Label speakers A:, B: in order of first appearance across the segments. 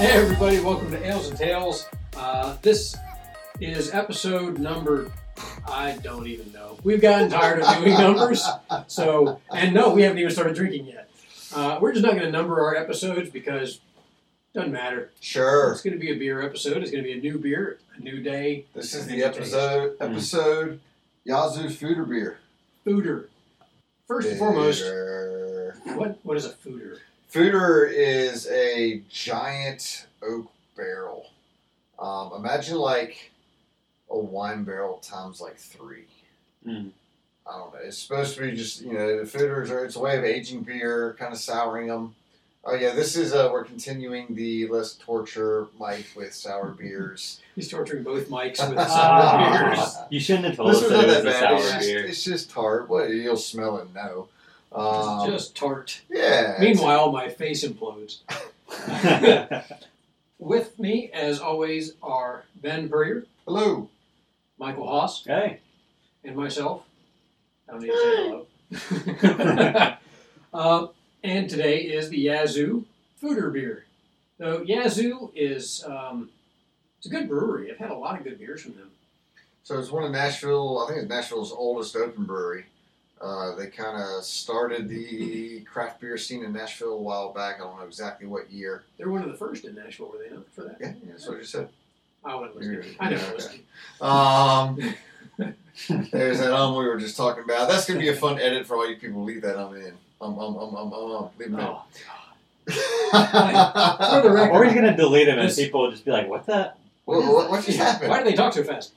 A: Hey, everybody, welcome to Ales and Tales. Uh, this is episode number, I don't even know. We've gotten tired of doing numbers. So, and no, we haven't even started drinking yet. Uh, we're just not going to number our episodes because doesn't matter.
B: Sure.
A: It's going to be a beer episode. It's going to be a new beer, a new day.
B: This is the episode episode Yazoo Food or Beer.
A: Fooder. First and foremost,
B: Beer.
A: what what is a fooder?
B: Fooder is a giant oak barrel. Um, imagine like a wine barrel times like three.
A: Hmm.
C: Mm.
B: I don't know. It's supposed to be just you know the fooders are it's a way of aging beer, kind of souring them. Oh yeah, this is uh, we're continuing the let's torture Mike with sour beers.
A: He's torturing both mics with sour
C: Ah.
A: beers.
C: You shouldn't have told
B: This
C: us
B: was not that
C: that it was a
B: bad. It's
C: sour
B: just,
C: beer.
B: it's just tart. What you'll smell it, no. Um,
A: It's just tart.
B: yeah.
A: Meanwhile, my face implodes. With me, as always, are Ben Burrier,
B: Hello.
A: Michael Haas,
C: hey.
A: and myself. I don't need to say hello. uh, and today is the Yazoo Fooder Beer. So Yazoo is um, it's a good brewery. I've had a lot of good beers from them.
B: So it's one of Nashville. I think it's Nashville's oldest open brewery. Uh, they kind of started the craft beer scene in Nashville a while back. I don't know exactly what year.
A: They're one of the first in Nashville, were they not? For that,
B: Yeah, yeah, that's what you said.
A: I wasn't listening.
B: You're-
A: I
B: yeah,
A: never listened.
B: Um, there's that um we were just talking about. That's gonna be a fun edit for all you people. Leave that um in. Um um um um um. um. Leave it in.
A: Oh, For the record-
C: Or he's gonna delete him and
A: This-
C: people will just be like, "What the?"
B: what, what, what just happened?
A: Why do they talk so fast?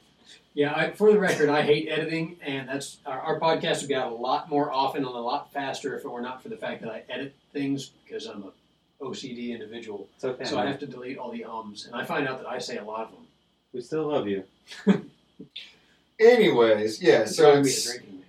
A: Yeah, I, for the record, I hate editing, and that's our, our podcast would get out a lot more often and a lot faster if it were not for the fact that I edit things because I'm a OCD individual.
C: It's okay.
A: So I
C: man.
A: have to delete all the ums, and I find out that I say a lot of them.
C: we still love you.
B: Anyways, yeah.
A: It's
B: So
A: driving me to
B: it's,
A: drinking,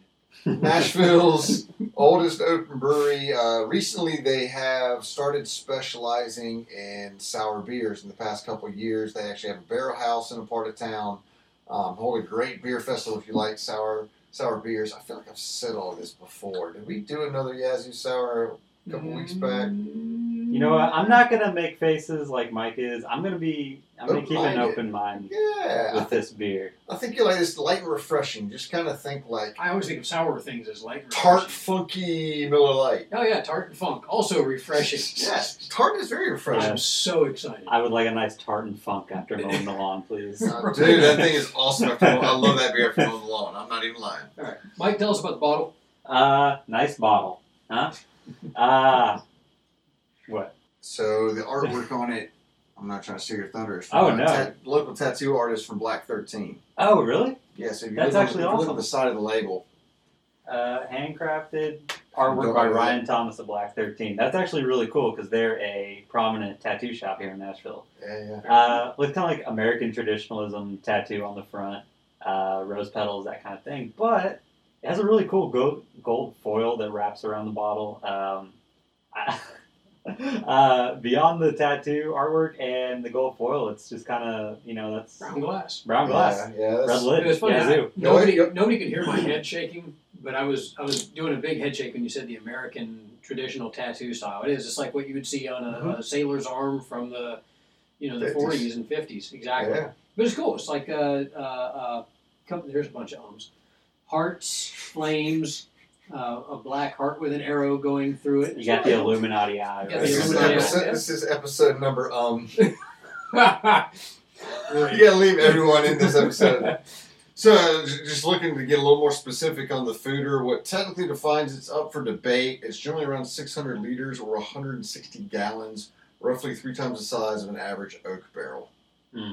A: man.
B: Nashville's oldest open brewery. Uh, recently, they have started specializing in sour beers. In the past couple of years, they actually have a barrel house in a part of town. Um, hold a great beer festival if you like sour sour beers. I feel like I've said all this before. Did we do another Yazoo sour? A couple weeks back.
C: You know what? I'm not gonna make faces like Mike is. I'm gonna be. I'm gonna keep an
B: Open-minded.
C: open mind
B: Yeah,
C: with this beer.
B: I think you like this light and refreshing. Just kind of think like
A: I always think of sour things as light. and
B: tart,
A: refreshing.
B: funky Miller Lite.
A: Oh yeah, tart and funk, also refreshing.
B: Yes, tart is very refreshing.
A: I'm so excited.
C: I would like a nice tartan funk after mowing the lawn, please.
B: Uh, Dude, that thing is awesome. After I love that beer from Home Alone. I'm not even lying.
A: All right, Mike, tell us about the bottle.
C: Uh, nice bottle, huh? Ah, what?
B: So the artwork on it, I'm not trying to steal your thunder. It's
C: Oh,
B: a
C: no.
B: local tattoo artist from Black 13.
C: Oh, really?
B: Yeah, so if you
C: That's
B: look
C: actually
B: on, if you Look
C: awesome.
B: at the side of the label.
C: uh, handcrafted artwork
B: Don't
C: by
B: know that.
C: Ryan Thomas of Black 13. That's actually really cool because they're a prominent tattoo shop here in Nashville.
B: Yeah, yeah.
C: Uh, with kind of like American traditionalism tattoo on the front, uh, rose petals, that kind of thing. But it has a really cool gold, gold foil that wraps around the bottle. Um, I- uh, beyond the tattoo artwork and the gold foil, it's just kind of, you know, that's
A: Brown glass.
C: brown glass.
B: Yeah, yeah,
C: Red
B: that's-
A: It was
C: lid.
A: funny.
C: Yazoo.
A: I- nobody,
B: Yep.
A: nobody could hear my head shaking, but I was I was doing a big head shake when you said the American traditional tattoo style. It is. It's like what you would see on a, a sailor's arm from the, you know, the
B: 50s.
A: forties and fifties. Exactly.
B: yeah.
A: But it's cool. It's like uh, uh, uh, couple, there's a bunch of ums, hearts, flames, uh, a black heart with an arrow going through it.
C: You got the Illuminati eye.
A: You got the
C: right?
B: This, is
A: Illuminati
B: episode,
A: eye.
B: this is episode number um.
A: Great.
B: You gotta leave everyone in this episode. So, uh, j- just looking to get a little more specific on the fooder, what technically defines it's up for debate. It's generally around 600 liters or 160 gallons, roughly three times the size of an average oak barrel. So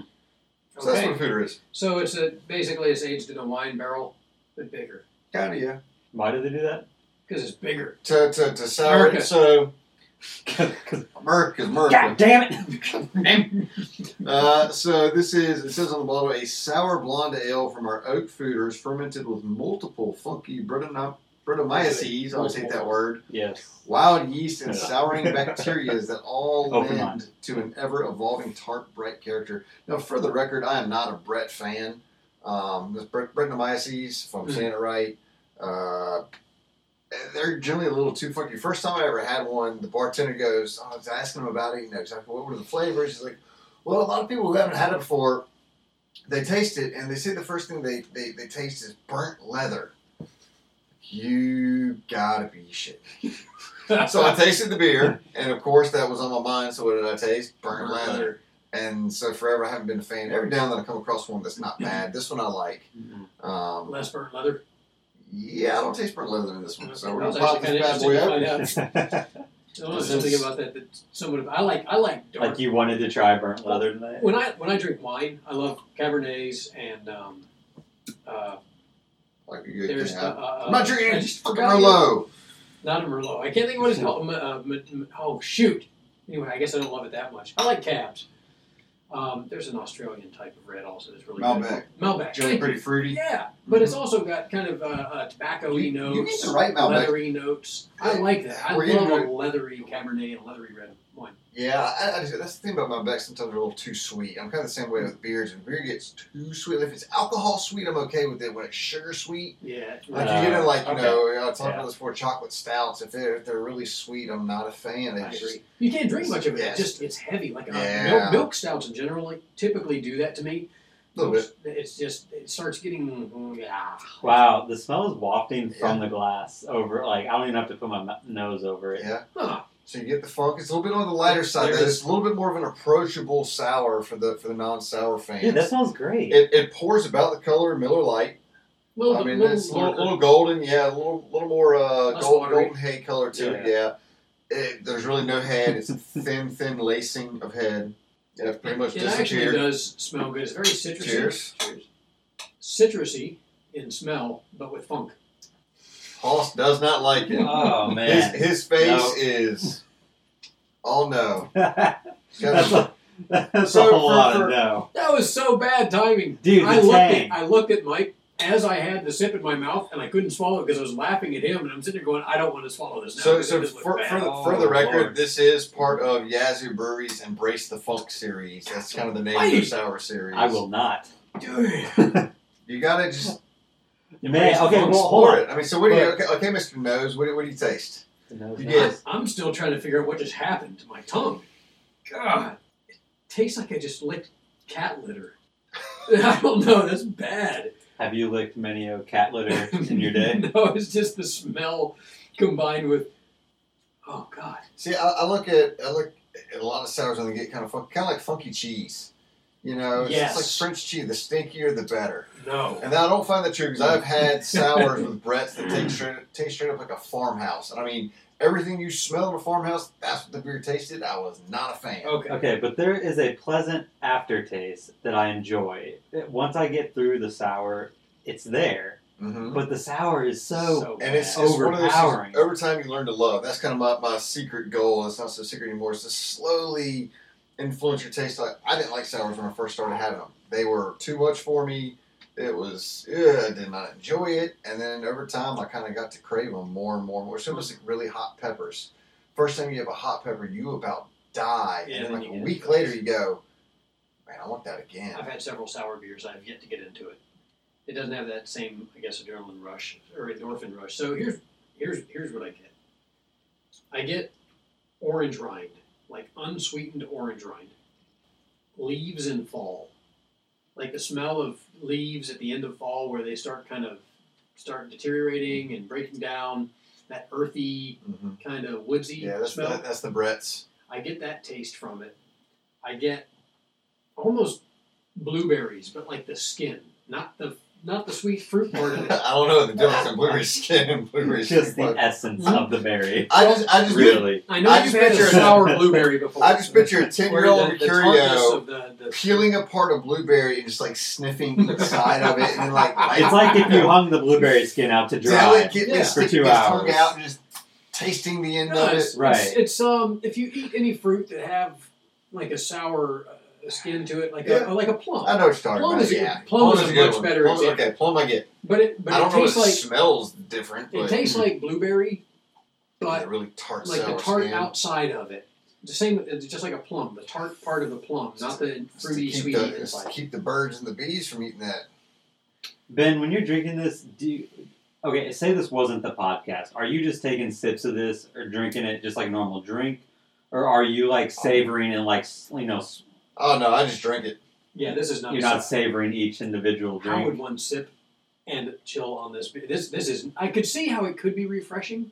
B: that's
A: Okay.
B: what a fooder is.
A: So it's a basically it's aged in a wine barrel, but bigger
B: Kind of, yeah.
C: Why do they do that?
A: because it's bigger.
B: To, to, to sour
A: America.
B: it, so
C: 'Cause
B: Merc is Merc.
C: God damn it!
B: Uh, so this is it says on the bottle a sour blonde ale from our oak fooders fermented with multiple funky Brettanom- Brettanomyces. I always hate that word.
C: Yes.
B: wild yeast and souring bacteria that all
C: Open
B: lend
C: mind.
B: to an ever evolving tart Brett character. Now, for the record, I am not a Brett fan.
C: Hmm.
B: Um, this Brett, Brettanomyces, if I'm saying it right, uh, they're generally a little too funky. First time I ever had one, the bartender goes, oh, I was asking him about it, you know, exactly what were the flavors. He's like, well, a lot of people who haven't had it before, they taste it, and they say the first thing they, they, they taste is burnt leather. You gotta be shitting. So I tasted the beer, and of course that was on my mind. So what did I taste? Burnt leather. And so forever I haven't been a fan. Every now and then I come across one that's not bad. This one I like.
C: Mhm.
B: Um,
A: Less burnt leather.
B: yeah, I don't taste burnt leather in this one, so we're
A: That was
B: gonna pop
A: actually
B: this
A: kinda
B: bad boy
A: interesting to
B: up.
A: find I was thinking about that. That someone, I like, I like dark.
C: like you wanted to try burnt leather tonight.
A: when I when I drink wine, I love cabernets and um, uh,
B: Like a good
A: there's
B: thing.
A: the, uh,
B: I'm not drinking
A: I
B: it.
A: just forgot
B: Merlot.
A: Not a merlot. I can't think of what it's called. M- uh, m- m- oh shoot. Anyway, I guess I don't love it that much. I like cabs. Um, there's an Australian type of red also that's really
B: Malbec.
A: good. Malbec.
B: Generally
A: Thank you.
B: pretty fruity.
A: Yeah, but it's also got kind of uh, uh, tobacco-y
B: You- you
A: notes,
B: get the right Malbec.
A: leathery notes. I like that. I
B: We're
A: love
B: getting
A: a leathery Cabernet and a leathery red wine.
B: Yeah, I, I just, that's the thing about Malbec. Sometimes they're a little too sweet. I'm kind of the same way with beers. If beer gets too sweet, if it's alcohol sweet, I'm okay with it. When it's sugar sweet,
A: Yeah, it's
B: like
A: really-
B: you get in
C: Uh,
B: like you
C: okay.
B: know, I was talking
C: Yeah.
B: about this before chocolate stouts. If they're if they're really sweet, I'm not a fan. They
A: I
B: just
A: agree. You can't drink much of it.
B: Yes.
A: It's just it's heavy. Like uh,
B: Yeah.
A: milk, milk stouts in general like, typically do that to me.
B: a little bit.
A: It's just it starts getting mm, yeah.
C: Wow, the smell is wafting from the glass over. Like I don't even have to put my m- nose over it.
B: Yeah.
A: Huh.
B: So you get the funk. It's a little bit on the lighter side.
A: There
B: though.
A: is-
B: It's a little bit more of an approachable sour for the for the non-sour fans.
C: Dude, that smells great.
B: it, it pours about the color of Miller Lite.
A: Little,
B: I mean,
A: little,
B: it's a little,
A: darker.
B: little golden, yeah, a little, little more uh,
A: Less
B: gold,
A: watery.
B: golden hay color to it, yeah. It, there's really no head. It's thin, thin lacing of head. Yeah, it's pretty much
A: it actually
B: disappeared.
A: does smell good. It's very citrusy.
B: Cheers.
A: Citrusy in smell, but with funk.
B: Hoss does not like it.
C: Oh
B: His,
C: man,
B: his face
C: No.
B: is all no.
C: that's
B: He's got a-
C: a, that's
B: So
C: a whole
B: for-
C: lot
B: for-
C: of no.
A: That was so bad timing.
C: Dude,
A: I
C: the
A: looked
C: tang.
A: at I looked at Mike as I had the sip in my mouth and I couldn't swallow because I was laughing at him and I'm sitting there going, I don't want to swallow this now.
B: So,
A: because
B: so
A: this looks
B: for,
A: bad.
B: for, the,
C: Oh,
B: for the record,
C: Lord.
B: this is part of Yazoo Brewery's Embrace the Funk series. That's kind of the name of their
A: Wait.
B: sour series.
C: I will not.
A: Dude.
B: You gotta just
C: Man, okay, well, hold
B: explore
C: on.
B: it. I mean, so what do you?
C: But-
B: Okay, okay Mr. Nose, what do, what do you taste?
C: The nose
B: You
C: knock.
B: did.
A: I'm still trying to figure out what just happened to my tongue. God, it tastes like I just licked cat litter. I don't know. That's bad.
C: Have you licked many of cat litter in your day?
A: no, it's just the smell combined with. Oh God.
B: See, I, I look at I look at a lot of sours and they get kind of fun, kind of like funky cheese. You know, it's just
A: Yes.
B: like French cheese. The stinkier, the better.
A: No.
B: And I don't find that true because I've had sours with Brett's that taste straight, taste straight up like a farmhouse. And I mean, everything you smell in a farmhouse, that's what the beer tasted. I was not a fan.
A: Okay.
C: Okay, but there is a pleasant aftertaste that I enjoy. It- Once I get through the sour, it's there,
B: Mm-hmm.
C: but the sour is so.
B: And it's,
A: bad.
B: it's one of those things,
C: Overpowering.
B: over time you learn to love. That's kind of my, my secret goal. It's not so secret anymore. It's to slowly influence your taste. Like I didn't like sours when I first started having them. They were too much for me. It was ugh, I did not enjoy it. And then over time I kind of got to crave them more and more and more. It's almost like really hot peppers. First time you have a hot pepper, you about die.
A: Yeah,
B: and then
A: then
B: like
A: you
B: a
A: get
B: week
A: it.
B: later you go, man, I want that again.
A: I've had several sour beers. I've yet to get into it. It doesn't have that same, I guess, adrenaline rush or endorphin rush. So here's here's here's what I get. I get orange rind, like unsweetened orange rind, leaves in fall, like the smell of leaves at the end of fall where they start kind of start deteriorating and breaking down. That earthy
B: Mhm.
A: kind of woodsy
B: Yeah, that's
A: smell.
B: that, that's the Brett's.
A: I get that taste from it. I get almost blueberries, but like the skin, not the not the sweet fruit part of
B: I
A: it.
B: don't know the difference in blueberry skin and blueberry
C: Just
B: skin.
C: the essence of the berry.
B: I just, I just,
C: Really.
A: I know
B: I
A: you've
B: just
A: had a
B: picture-
A: sour blueberry before.
B: I just picture a ten-year-old
A: Where the, the tartness
B: curio
A: of the, the
B: peeling apart a blueberry and just like sniffing the side of it, and then like
C: It's like if you hung the blueberry skin out to dry.
B: delicately
A: Yeah.
B: sticking
C: for two
B: his tongue
C: hours.
B: out and just tasting the end
A: No,
B: of
A: it's,
B: it.
C: Right.
A: It's, it's, um if you eat any fruit that have like a sour uh, skin to it, like
B: Yeah.
A: a like a plum.
B: I know what you're talking
A: Plum
B: about.
A: is, a-
B: yeah,
A: plum is
B: a
A: a
B: good
A: much
B: one.
A: better
B: Plum is-
A: example.
B: okay, plum I get.
A: But it but
B: I don't
A: it
B: know if
A: tastes
B: it
A: like
B: smells different, but
A: it tastes like blueberry, but
B: the really tart,
A: like the
B: sour
A: tart
B: skin.
A: outside of it. The same, it's just like a plum. The tart part of the plum, not the
B: It's to
A: fruity,
B: keep
A: sweet
B: the- it's to
A: inside.
B: keep the birds and the bees from eating that.
C: Ben, when you're drinking this, do you, Okay, say this wasn't the podcast. Are you just taking sips of this or drinking it just like normal drink, or are you
B: Um,
C: like savoring and like s- you know s-
B: Oh no, I just drink it.
A: Yeah, this is not.
C: you're not savoring each individual
A: How would
C: drink?
A: one sip and chill on this? This this is. I could see how it could be refreshing.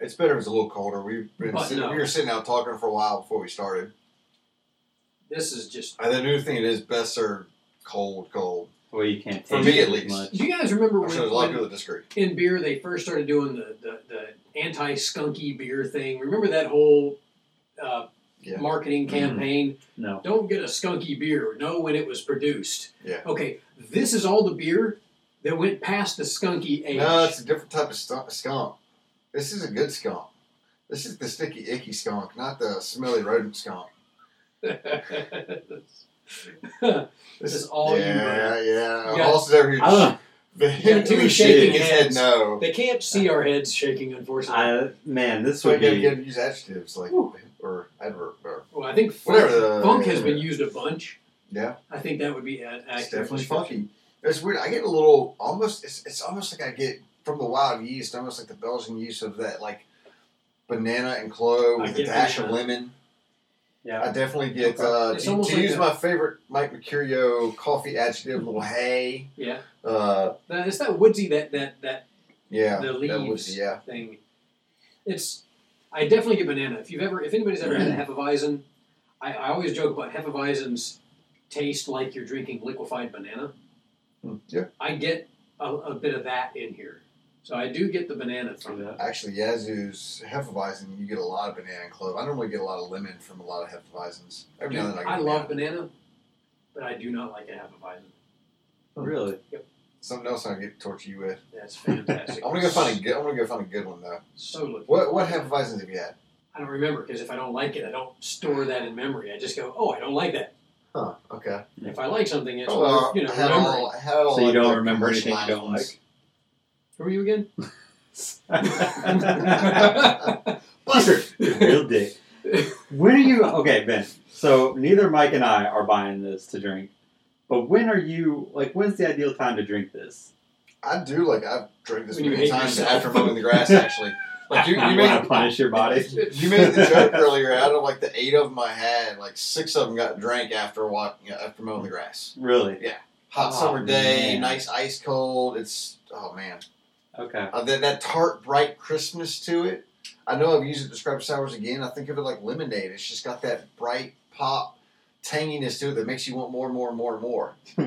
B: It's better if it's a little colder. We've been
A: But
B: sitting,
A: no.
B: we were sitting out talking for a while before we started.
A: This is just.
B: I do think it is best served cold, cold.
C: Well, you can't
B: For
C: taste
B: me, at
C: it as
B: least.
C: much.
A: Do you guys remember
B: I'm
A: when,
B: sure there's a lot of
A: when
B: people that disagree.
A: in beer they first started doing the the, the anti skunky beer thing? Remember that whole uh,
B: Yeah.
A: marketing
C: Mhm.
A: campaign?
C: No.
A: Don't get a skunky beer. Know when it was produced.
B: Yeah.
A: Okay, this is all the beer that went past the skunky age.
B: No, it's a different type of stunk, skunk. This is a good skunk. This is the sticky, icky skunk, not the smelly rodent skunk.
A: This is all you,
B: Yeah, yeah.
A: You got-
B: Halsey's over here.
C: I don't know.
A: got two
B: He's
A: shaking
B: his
A: heads.
B: Head, no.
A: they can't see our heads shaking, unfortunately.
C: I, man, this
B: So I
C: would
B: gotta,
C: be.
B: gotta use adjectives like
A: Whew.
B: or adverb or
A: well, I think funk,
B: Whatever the-
A: funk has been used a bunch.
B: yeah.
A: I think that would be a- accurate.
B: It's definitely
A: description.
B: funky. It's weird. I get a little almost. It's, it's almost like I get from the wild yeast, almost like the Belgian yeast of that like banana and clove
A: I
B: with a
A: get
B: dash
A: banana.
B: of lemon. I
C: Yeah.
B: definitely get.
C: Okay.
B: Uh,
A: It's
B: to
A: almost
B: to
A: like
B: use
A: a-
B: my favorite Mike Mercurio coffee adjective, little hay.
A: Yeah,
B: Uh,
A: That- it's that woodsy that that that
B: yeah,
A: The
B: that would-
A: leaves.
B: yeah,
A: thing. It's I definitely get banana. If you've ever, if anybody's ever had a hefeweizen, I, I always joke about hefeweizens taste like you're drinking liquefied banana.
B: Hmm, yeah.
A: I get a, a bit of that in here, so I do get the banana from it.
B: Actually, Yazoo's Hefeweizen, you get a lot of banana and clove. I normally get a lot of lemon from a lot of Hefeweizens. Every now and then
A: I
B: get
A: love
B: banana.
A: banana, but I do not like a hefeweizen.
C: Really?
B: Something else I get to torture you with.
A: That's fantastic.
B: I'm gonna go find a good. I'm gonna go find a good one though.
A: So looking.
B: What what Hefeweizens have you had?
A: I don't remember because if I don't like it, I don't store that in memory. I just go, oh, I don't like that.
B: Huh? Okay.
A: If I like something, it's
B: Oh,
A: worth,
B: uh,
A: you know,
B: I had
A: remembering.
B: all, I had all
C: So you
B: like,
C: don't
B: the
C: remember anything you
B: commercialized
C: don't
B: ones.
C: like?
A: Who are you again?
B: Buster.
C: Real dick. When are you okay, Ben? So neither Mike and I are buying this to drink, but when are you like? When's the ideal time to drink this?
B: I do like. I've drank this
A: When you
B: many
A: hate
B: times
A: yourself.
B: after mowing the grass. Actually, like you, you
C: I'm
B: made
C: to punish your body.
B: You made the joke earlier. Out of like the eight of them I had, like six of them got drank after walking after mowing the grass.
C: Really?
B: Hot
C: Oh,
B: summer day,
C: man.
B: nice ice cold. It's oh man,
C: Okay.
B: uh, that that tart bright crispness to it. I know I've used it to describe sours again. I think of it like lemonade. It's just got that bright pop tanginess to it that makes you want more and more and more and more.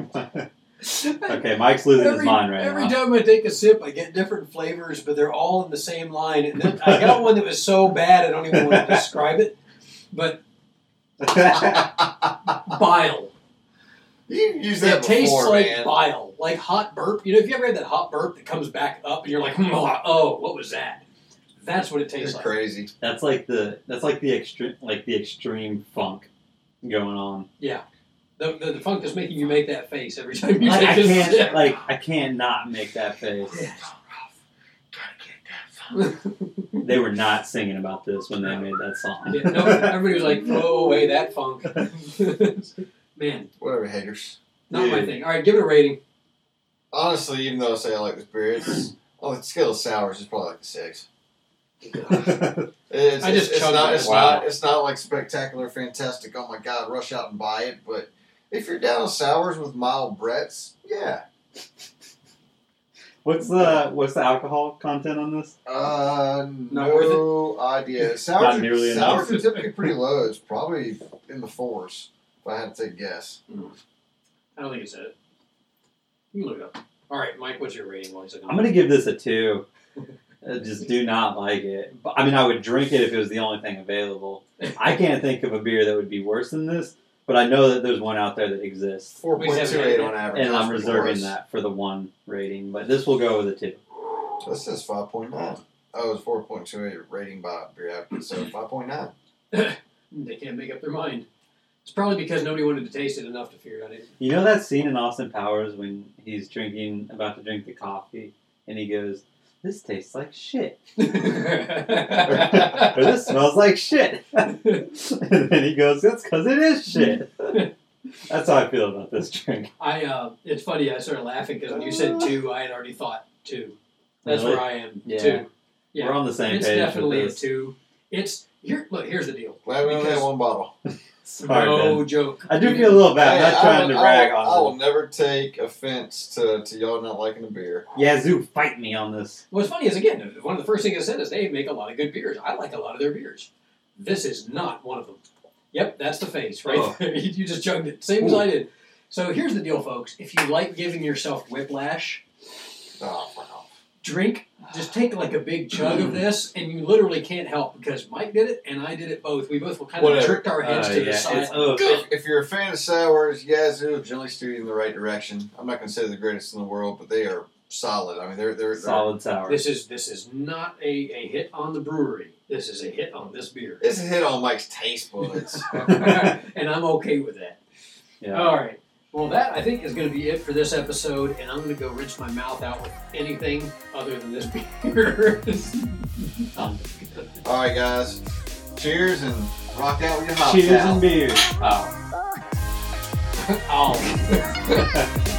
C: okay, Mike's losing his mind right
A: every
C: now.
A: time I take a sip, I get different flavors, but they're all in the same line. And then I got one that was so bad, I don't even want to describe it. But bile.
B: You use that
A: It tastes
B: before,
A: like
B: man.
A: bile, like hot burp. You know, if you ever had that hot burp that comes back up, and you're like, "Hmm, oh, what was that? That's what it tastes
B: It's
A: like.
B: crazy.
C: that's like the that's like the extreme like the extreme funk going on.
A: The, the, the funk is making you make that face every time you
C: Like, I
A: take a sip.
C: can't like I can't not make that face. They were not singing about this when they made that song.
A: Yeah, no, everybody was like, throw away that funk. Man,
B: Whatever, haters.
A: not my
C: Yeah.
A: thing. All right, give it a rating.
B: Honestly, even though I say I like this beer, it's on the scale of sours, it's probably like a six. It's,
A: I just
B: it's, it's
A: chugged
B: not
A: it.
B: it's
C: Wow.
B: not it's not like spectacular, fantastic. Oh my god, rush out and buy it. But if you're down on sours with mild Brett's, yeah,
C: What's the what's the alcohol content on this?
B: uh,
A: Not worth it?
B: no idea. Sours, are-
C: nearly
B: sours
C: enough.
B: are typically pretty low. It's probably in the fours. If I had to take a guess,
A: I don't think it said it. You can look it up. All right, Mike, what's your rating? While he's looking
C: I'm gonna give this a two. I just do not like it. But, I mean, I would drink it if it was the only thing available. I can't think of a beer that would be worse than this, but I know that there's one out there that exists,
B: four point two eight on average.
C: and I'm
B: That's
C: reserving
B: fours.
C: that for the one rating. But this will go with a two.
B: This is five point nine. Oh, it's four point two eight rating by beer advocate, so five point nine.
A: They can't make up their mind. It's probably because nobody wanted to taste it enough to figure it out. It-
C: You know that scene in Austin Powers when he's drinking, about to drink the coffee, and he goes, "This tastes like shit," or "This smells like shit," and then he goes, "That's because it is shit." That's how I feel about this drink.
A: I, uh, it's funny. I started laughing because when you said two, I had already thought two. That's
C: Really?
A: where I am
C: Yeah.
A: too. Yeah,
C: We're on the same
A: it's
C: page. with
A: definitely a
C: this.
A: two. It's here. Look, here's the deal.
B: Glad we only had
A: Because-
B: one bottle.
C: Sorry,
A: no
C: Ben.
A: joke.
C: I do feel a little bad.
B: Hey,
C: I'm not
B: I
C: trying
B: will-
C: to rag
B: I will,
C: on
B: I will
C: them.
B: never take offense to, to y'all not liking the beer.
C: Yazoo, fight me on this.
A: What's funny is again, one of the first things I said is they make a lot of good beers. I like a lot of their beers. This is not one of them. Yep, that's the face right
C: Oh.
A: there. You just chugged it, same as
C: Ooh.
A: I did. So here's the deal, folks. If you like giving yourself whiplash,
B: Oh, wow.
A: drink. Just take like a big chug
C: Mm.
A: of this, and you literally can't help because Mike did it and I did it both. We both kind of
B: Whatever.
A: tricked our heads
C: Uh,
A: to
C: yeah,
A: the side.
C: it's- oh,
A: Gah!
B: If, if you're a fan of sours, Yazoo generally steer you in the right direction. I'm not going to say they're the greatest in the world, but they are solid. I mean, they're they're, they're
C: Solid sour.
A: This is this is not a, a hit on the brewery. This is a hit on this beer,
B: It's a hit on Mike's taste buds.
A: and I'm okay with that.
C: yeah.
A: All right. Well, that I think is going to be it for this episode, and I'm going to go rinse my mouth out with anything other than this beer.
B: All right, guys. Cheers and rock out with your hops.
C: Oh, Cheers
B: pal.
C: and beer.
A: oh. oh.